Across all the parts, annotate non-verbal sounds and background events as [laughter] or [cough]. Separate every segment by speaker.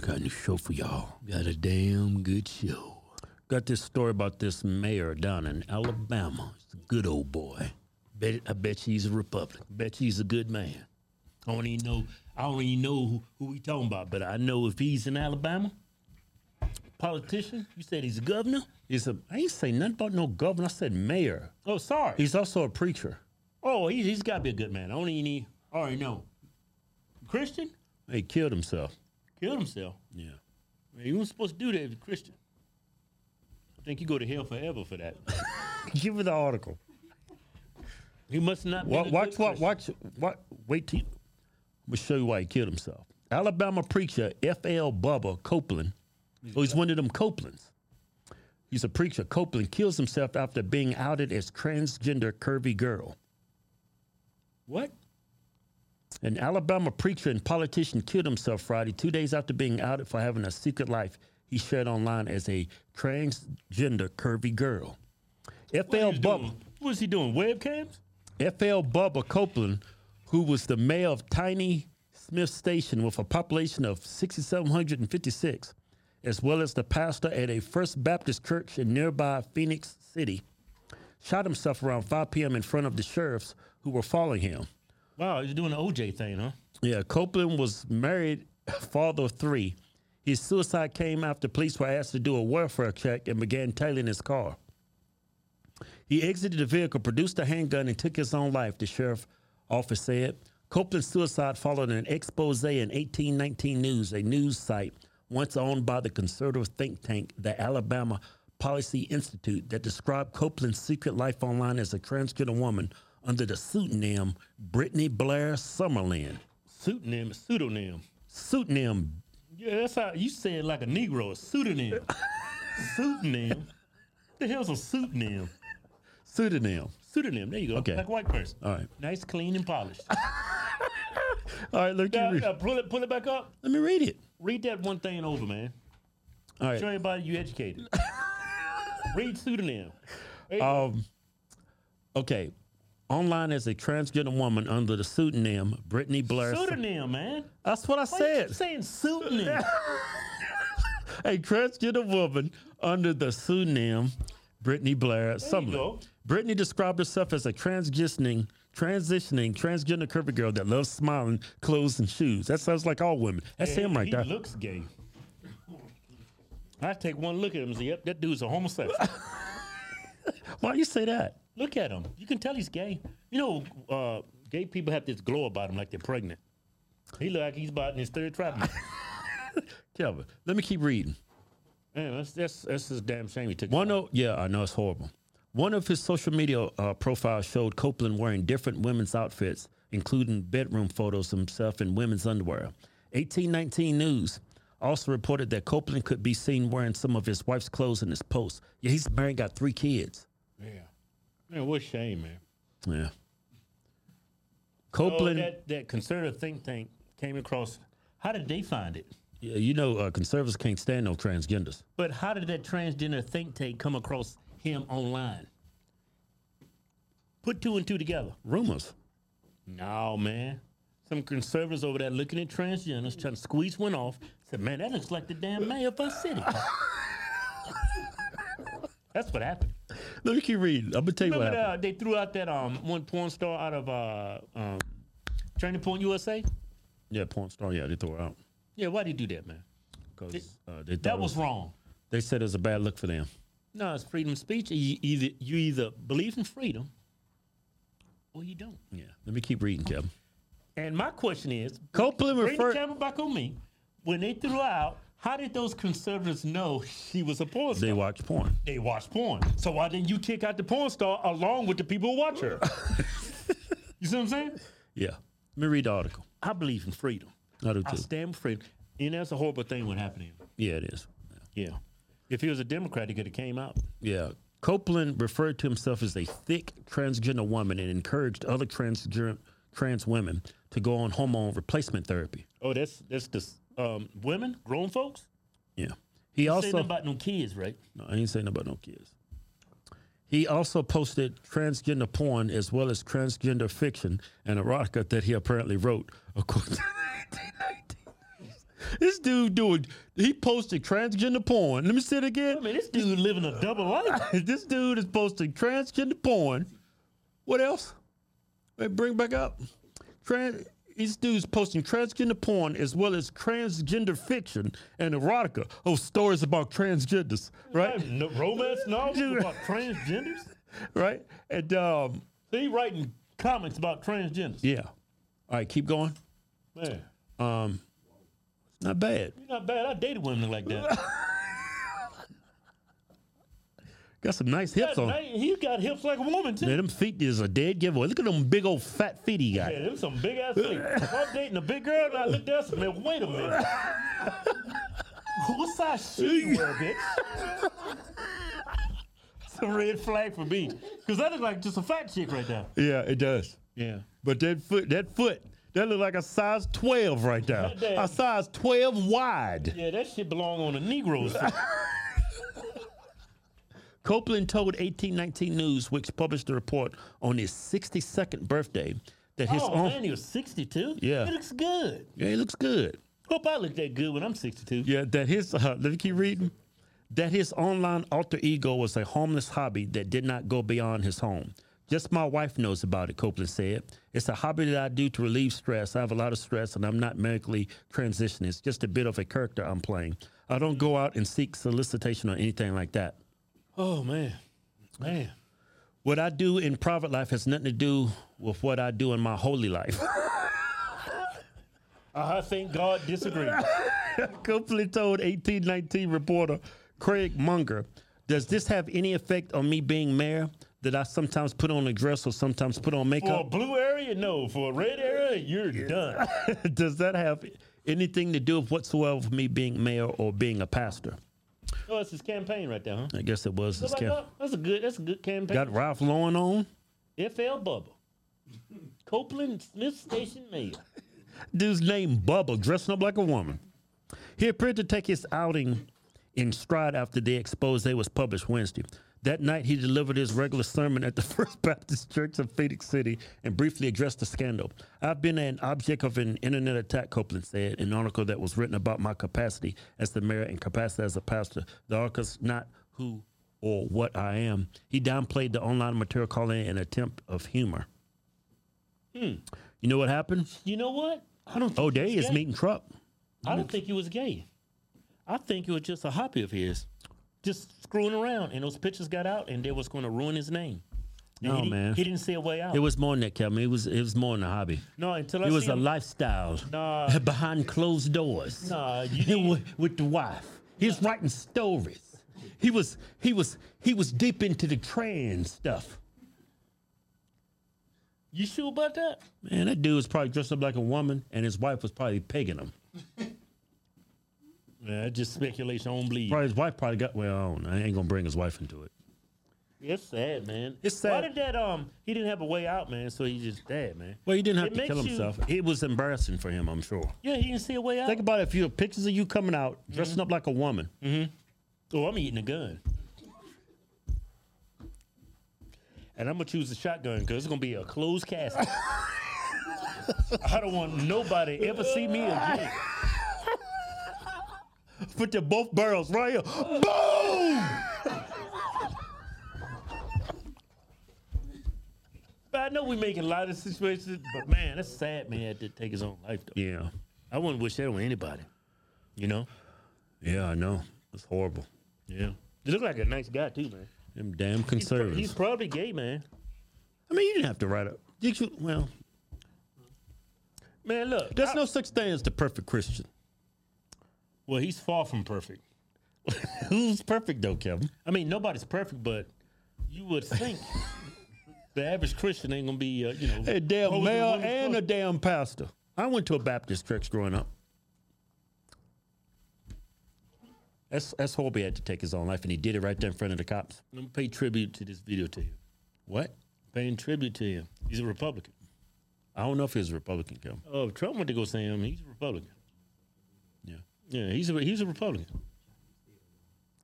Speaker 1: got a new show for y'all. Got a damn good show. Got this story about this mayor down in Alabama. He's a good old boy. Bet, I bet he's a Republican. Bet he's a good man. I don't even know. I don't even know who, who we talking about, but I know if he's in Alabama, politician. You said he's a governor. He's a. I ain't say nothing about no governor. I said mayor.
Speaker 2: Oh, sorry.
Speaker 1: He's also a preacher. Oh, he, he's got to be a good man. I don't even need. I already know. Christian he killed himself.
Speaker 2: Killed himself.
Speaker 1: Yeah.
Speaker 2: Man, you weren't supposed to do that as a Christian. I think you go to hell forever for that.
Speaker 1: Give her the article.
Speaker 2: You must not.
Speaker 1: Wa-
Speaker 2: be
Speaker 1: Watch, watch, watch, watch. Wait till. I'm gonna show you why he killed himself. Alabama preacher F.L. Bubba Copeland. Oh, he's one of them Copelands. He's a preacher. Copeland kills himself after being outed as transgender curvy girl.
Speaker 2: What?
Speaker 1: An Alabama preacher and politician killed himself Friday, two days after being outed for having a secret life he shared online as a transgender curvy girl.
Speaker 2: What
Speaker 1: F.L.
Speaker 2: he was
Speaker 1: Bubba.
Speaker 2: doing? What was he doing? Webcams?
Speaker 1: F.L. Bubba Copeland, who was the mayor of Tiny Smith Station with a population of 6,756, as well as the pastor at a First Baptist church in nearby Phoenix City, shot himself around 5 p.m. in front of the sheriffs who were following him.
Speaker 2: Wow, he's doing the OJ thing, huh?
Speaker 1: Yeah, Copeland was married, [laughs] father of three. His suicide came after police were asked to do a welfare check and began tailing his car. He exited the vehicle, produced a handgun, and took his own life, the sheriff office said. Copeland's suicide followed an expose in 1819 News, a news site once owned by the conservative think tank, the Alabama Policy Institute, that described Copeland's secret life online as a transgender woman under the pseudonym Brittany Blair Summerlin.
Speaker 2: Pseudonym, pseudonym.
Speaker 1: Pseudonym,
Speaker 2: Yeah, that's how you say it like a Negro, a pseudonym. pseudonym? the hell's a pseudonym?
Speaker 1: pseudonym.
Speaker 2: Pseudonym, there you go.
Speaker 1: Okay.
Speaker 2: Like a white person.
Speaker 1: All right.
Speaker 2: Nice, clean, and polished.
Speaker 1: All right, let me,
Speaker 2: Now,
Speaker 1: read-
Speaker 2: now, pull, it, pull it back up.
Speaker 1: let me read it.
Speaker 2: Read that one thing over, man.
Speaker 1: All right.
Speaker 2: Show everybody you educated. Read pseudonym.
Speaker 1: Um, okay. Online as a transgender woman under the pseudonym Brittany Blair.
Speaker 2: Pseudonym, man.
Speaker 1: That's what I
Speaker 2: Why you keep
Speaker 1: said. [laughs]
Speaker 2: saying pseudonym?
Speaker 1: A transgender woman under the pseudonym Brittany Blair Sumlin.
Speaker 2: go.
Speaker 1: Brittany described herself as a transitioning, transitioning transgender curvy girl that loves smiling, clothes, and shoes. That sounds like all women. That's him right
Speaker 2: he
Speaker 1: there.
Speaker 2: looks gay. I take one look at him and say, yep, that dude's
Speaker 1: [laughs]
Speaker 2: a homosexual.
Speaker 1: Why you say that?
Speaker 2: look at him. You can tell he's gay. You know, uh, gay people have this glow about him like they're pregnant. He look like he's about in his
Speaker 1: [laughs]
Speaker 2: third trimester.
Speaker 1: Kevin, let me keep reading.
Speaker 2: Man, that's, that's, that's just damn shame he took
Speaker 1: One of yeah, I know it's horrible. One of his social media uh, profiles showed Copeland wearing different women's outfits, including bedroom photos of himself in women's underwear. 1819 News also reported that Copeland could be seen wearing some of his wife's clothes in his post. Yeah, he's married, got three kids.
Speaker 2: Yeah. Man, what shame, man.
Speaker 1: Yeah.
Speaker 2: Oh,
Speaker 1: Copeland,
Speaker 2: that, that conservative think tank came across. How did they find it?
Speaker 1: yeah, you know, uh, conservatives can't stand no transgenders.
Speaker 2: But how did that transgender think tank come across him online? Put two and two together.
Speaker 1: Rumors.
Speaker 2: No, man. Some conservatives over there looking at transgenders, trying to squeeze one off. Said, man, that looks like the damn mayor of our city. That's what happened.
Speaker 1: Let me keep reading. I'm gonna tell you what
Speaker 2: Remember,
Speaker 1: happened.
Speaker 2: uh, they threw out that um one porn star out of uh um, Training Point USA.
Speaker 1: Yeah, porn star. Yeah, they threw her out
Speaker 2: Yeah, why did you do that, man?
Speaker 1: because uh, they thought
Speaker 2: That
Speaker 1: it
Speaker 2: was wrong.
Speaker 1: They said it was a bad look for them.
Speaker 2: No, it's freedom of speech. You either you either believe in freedom or you don't.
Speaker 1: Yeah. Let me keep reading, Kevin.
Speaker 2: And my question is,
Speaker 1: Copeland
Speaker 2: bring the
Speaker 1: referred.
Speaker 2: camera back on me. When they threw her out, how did those conservatives know she was a porn star?
Speaker 1: They watch porn.
Speaker 2: They watch porn. So why didn't you kick out the porn star along with the people who watch [laughs] her? you see what I'm saying?
Speaker 1: Yeah. Let me read the article.
Speaker 2: I believe in freedom.
Speaker 1: I do
Speaker 2: I
Speaker 1: too.
Speaker 2: stand for freedom. And that's a horrible thing what happened to him.
Speaker 1: Yeah, it is.
Speaker 2: Yeah. If he was a Democrat, he could have came out.
Speaker 1: Yeah. Copeland referred to himself as a thick transgender woman and encouraged other transger- trans women to go on hormone replacement therapy.
Speaker 2: Oh, that's that's the s- um, women, grown folks?
Speaker 1: Yeah. He
Speaker 2: Also,
Speaker 1: also.
Speaker 2: about no kids, right?
Speaker 1: No, I ain't saying nothing about no kids. He also posted transgender porn as well as transgender [laughs] fiction and erotica that he apparently wrote, according to the 1919. This dude doing he posted transgender porn. Let me say it
Speaker 2: I
Speaker 1: again.
Speaker 2: mean, this dude living a double [laughs] life.
Speaker 1: this dude is posting transgender porn. What else? Hey, bring back up. Trans these dudes posting transgender porn as well as transgender fiction and erotica. Oh, stories about transgenders, right?
Speaker 2: No, romance novels about transgenders.
Speaker 1: Right? And um,
Speaker 2: So he writing comics about transgenders.
Speaker 1: yeah. All right, keep going.
Speaker 2: Man,
Speaker 1: Um, not bad.
Speaker 2: you're not bad. I dated women like that.
Speaker 1: Got some nice hips
Speaker 2: that
Speaker 1: on.
Speaker 2: man, he got hips like a woman too.
Speaker 1: Man, them feet is a dead giveaway. Look at them big old fat feet he got.
Speaker 2: Yeah, them some big ass feet. If I'm dating a big girl and I look down, I said, man, wait a minute. what size shoe you wear, bitch? It's a red flag for me. Because that is like just a fat chick right now.
Speaker 1: Yeah, it does.
Speaker 2: Yeah.
Speaker 1: But that foot, that foot, that look like a size 12 right there.
Speaker 2: Not bad.
Speaker 1: A size 12 wide.
Speaker 2: Yeah, that shit belong on the Negroes.
Speaker 1: Copeland told 1819 News, which published the report on his 62nd birthday, that his
Speaker 2: oh,
Speaker 1: own.
Speaker 2: man, he was 62?
Speaker 1: Yeah.
Speaker 2: It looks good.
Speaker 1: Yeah, he looks good.
Speaker 2: Hope I look that good when I'm 62.
Speaker 1: Yeah, that his. Uh, let me keep reading. That his online alter ego was a homeless hobby that did not go beyond his home. Just my wife knows about it, Copeland said. It's a hobby that I do to relieve stress. I have a lot of stress and I'm not medically transitioning. It's just a bit of a character I'm playing. I don't go out and seek solicitation or anything like that.
Speaker 2: Oh, man. Man.
Speaker 1: What I do in private life has nothing to do with what I do in my holy life. [laughs]
Speaker 2: I think God disagrees.
Speaker 1: [laughs] Copeland told 1819 reporter Craig Munger, Does this have any effect on me being mayor? That I sometimes put on a dress or sometimes put on
Speaker 2: For a
Speaker 1: makeup?
Speaker 2: blue area, no. For a red area, you're done.
Speaker 1: [laughs] Does that have anything to do with whatsoever with me being mayor or being a pastor?
Speaker 2: Oh, it's his campaign right there, huh?
Speaker 1: I guess it was. This
Speaker 2: Look like
Speaker 1: camp-
Speaker 2: that. That's a good. That's a good campaign.
Speaker 1: got Ralph Lauren on?
Speaker 2: FL Bubble, Copeland Smith Station Mayor.
Speaker 1: Dude's name Bubba, dressing up like a woman. He appeared to take his outing in stride after the expose was published Wednesday. That night, he delivered his regular sermon at the [laughs] First Baptist Church of Phoenix City and briefly addressed the scandal. I've been an object of an internet attack, Copeland said, in an article that was written about my capacity as the mayor and capacity as a pastor. The article's not who or what I am. He downplayed the online material, calling it an attempt of humor. You know what happened?
Speaker 2: Hmm. You know what? I don't.
Speaker 1: Oh, there he is
Speaker 2: Yeah.
Speaker 1: meeting Trump.
Speaker 2: I don't think he was gay. I think it was just a hobby of his, just screwing around. And those pictures got out, and they was going to ruin his name. And
Speaker 1: No,
Speaker 2: he, di-
Speaker 1: man.
Speaker 2: He didn't see a way out.
Speaker 1: It was more than that, Kevin. It was it was more than a hobby.
Speaker 2: no, until I
Speaker 1: It was
Speaker 2: see
Speaker 1: a
Speaker 2: him-
Speaker 1: lifestyle [laughs]
Speaker 2: Nah.
Speaker 1: behind closed doors.
Speaker 2: Nah, you
Speaker 1: He wa- with the wife. He's writing stories. He was he was he was deep into the trans stuff.
Speaker 2: you sure about that?
Speaker 1: Man, that dude was probably dressed up like a woman, and his wife was probably pegging him.
Speaker 2: Yeah, just speculation. I don't believe.
Speaker 1: Probably his wife probably got well. I, don't know. I ain't gonna bring his wife into it.
Speaker 2: It's sad, man.
Speaker 1: It's
Speaker 2: Why
Speaker 1: sad.
Speaker 2: did that? Um, he didn't have a way out, man. So he just dead, man.
Speaker 1: Well, he didn't have
Speaker 2: It
Speaker 1: to kill
Speaker 2: makes you-
Speaker 1: himself. It was embarrassing for him, I'm sure. Mm-hmm.
Speaker 2: Yeah, he didn't see a way out.
Speaker 1: Think about it. If you have pictures of you coming out dressing up like a woman,
Speaker 2: Oh, I'm eating a gun. And I'm gonna choose the shotgun because it's gonna be a closed casket. I don't want nobody ever see me again.
Speaker 1: put the both barrels right here. Boom!
Speaker 2: But I know we making a lot of situations, but man, that's sad. Man had to take his own life. Though.
Speaker 1: Yeah,
Speaker 2: I wouldn't wish that on anybody. You know?
Speaker 1: yeah, I know. It's horrible.
Speaker 2: Yeah. He looked like a nice guy too, man.
Speaker 1: Them damn
Speaker 2: He's, pro- he's
Speaker 1: conservatives.
Speaker 2: probably gay, man.
Speaker 1: I mean, you didn't have to write it. Did you? Well,
Speaker 2: Man, look.
Speaker 1: there's
Speaker 2: I-
Speaker 1: no such thing as the perfect Christian.
Speaker 2: well, he's far from perfect.
Speaker 1: Who's perfect though, Kevin?
Speaker 2: I mean, nobody's perfect, but you would [laughs] think the average Christian ain't gonna be, uh, you know,
Speaker 1: A damn
Speaker 2: opposed to
Speaker 1: mayor
Speaker 2: women's
Speaker 1: and a
Speaker 2: closet.
Speaker 1: damn pastor. I went to a Baptist church growing up. S. S. Horby had to take his own life, and he did it right there in front of the cops.
Speaker 2: I'm gonna pay tribute to this video to you.
Speaker 1: What?
Speaker 2: Paying tribute to him. He's a Republican.
Speaker 1: I don't know if he was a Republican, Kevin.
Speaker 2: Oh, if Trump went to go see him. He's a Republican.
Speaker 1: Yeah.
Speaker 2: Yeah, he's a he's a Republican.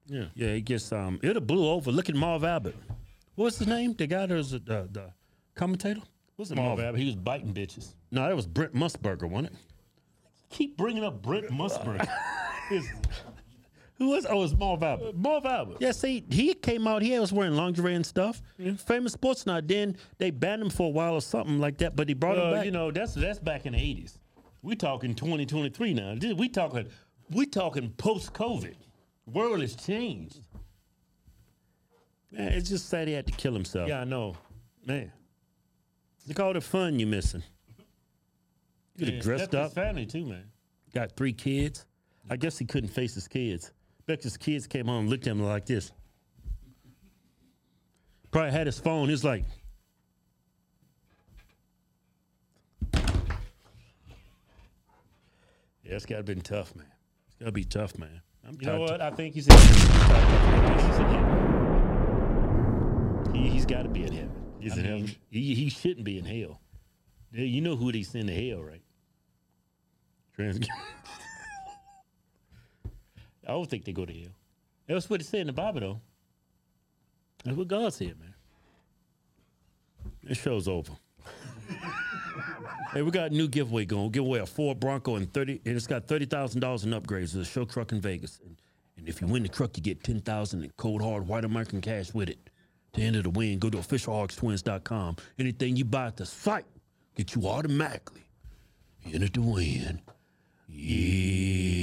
Speaker 2: Yeah.
Speaker 1: Yeah, he gets um. It have blew over. Look at Marv Albert. What's his name? The guy that was the the, the commentator. What's it?
Speaker 2: Marv Abbott, he was biting bitches.
Speaker 1: No, that was Brent Musburger, wasn't it? keep bringing up Brent [laughs] Musburger. It's-
Speaker 2: Who was? Oh, it's Marv Albert.
Speaker 1: Uh, Marv Albert.
Speaker 2: Yeah, see, he came out. He was wearing lingerie and stuff. Famous sports night. Then they banned him for a while or something like that. But he brought him
Speaker 1: Well,
Speaker 2: back.
Speaker 1: Uh, you know, that's that's back in the eighties. We talking twenty twenty three now. This- We talking we talking post COVID. World has changed.
Speaker 2: Man, it's just sad he had to kill himself.
Speaker 1: Yeah, I know, man.
Speaker 2: Look all the fun you missing. You could
Speaker 1: Yeah,
Speaker 2: have dressed
Speaker 1: that's his
Speaker 2: up.
Speaker 1: family too, man.
Speaker 2: Got three kids. I guess he couldn't face his kids. Bet his kids came home and looked at him like this. Probably had his phone. He's like,
Speaker 1: Yeah, it's gotta been tough, man.
Speaker 2: it's gonna be tough, man. I'm
Speaker 1: You know
Speaker 2: tired.
Speaker 1: what? I think he's in heaven. He, he's got to be in heaven.
Speaker 2: He's
Speaker 1: I
Speaker 2: in
Speaker 1: mean,
Speaker 2: heaven.
Speaker 1: He, he shouldn't be in hell. Yeah, You know who they send to hell, right?
Speaker 2: Trans-
Speaker 1: [laughs] I don't think they go to hell. That's what it said in the Bible, though. That's what God said, man.
Speaker 2: this show's over. hey, we got a new giveaway going. We'll give away a Ford Bronco and thirty, and it's got thirty thousand dollars in upgrades to the show truck in Vegas. And, and if you win the truck, you get ten thousand in cold hard white American cash with it. To enter the win, go to officialhawkstwins.com. Anything you buy at the site, get you automatically. Enter the win. Yeah.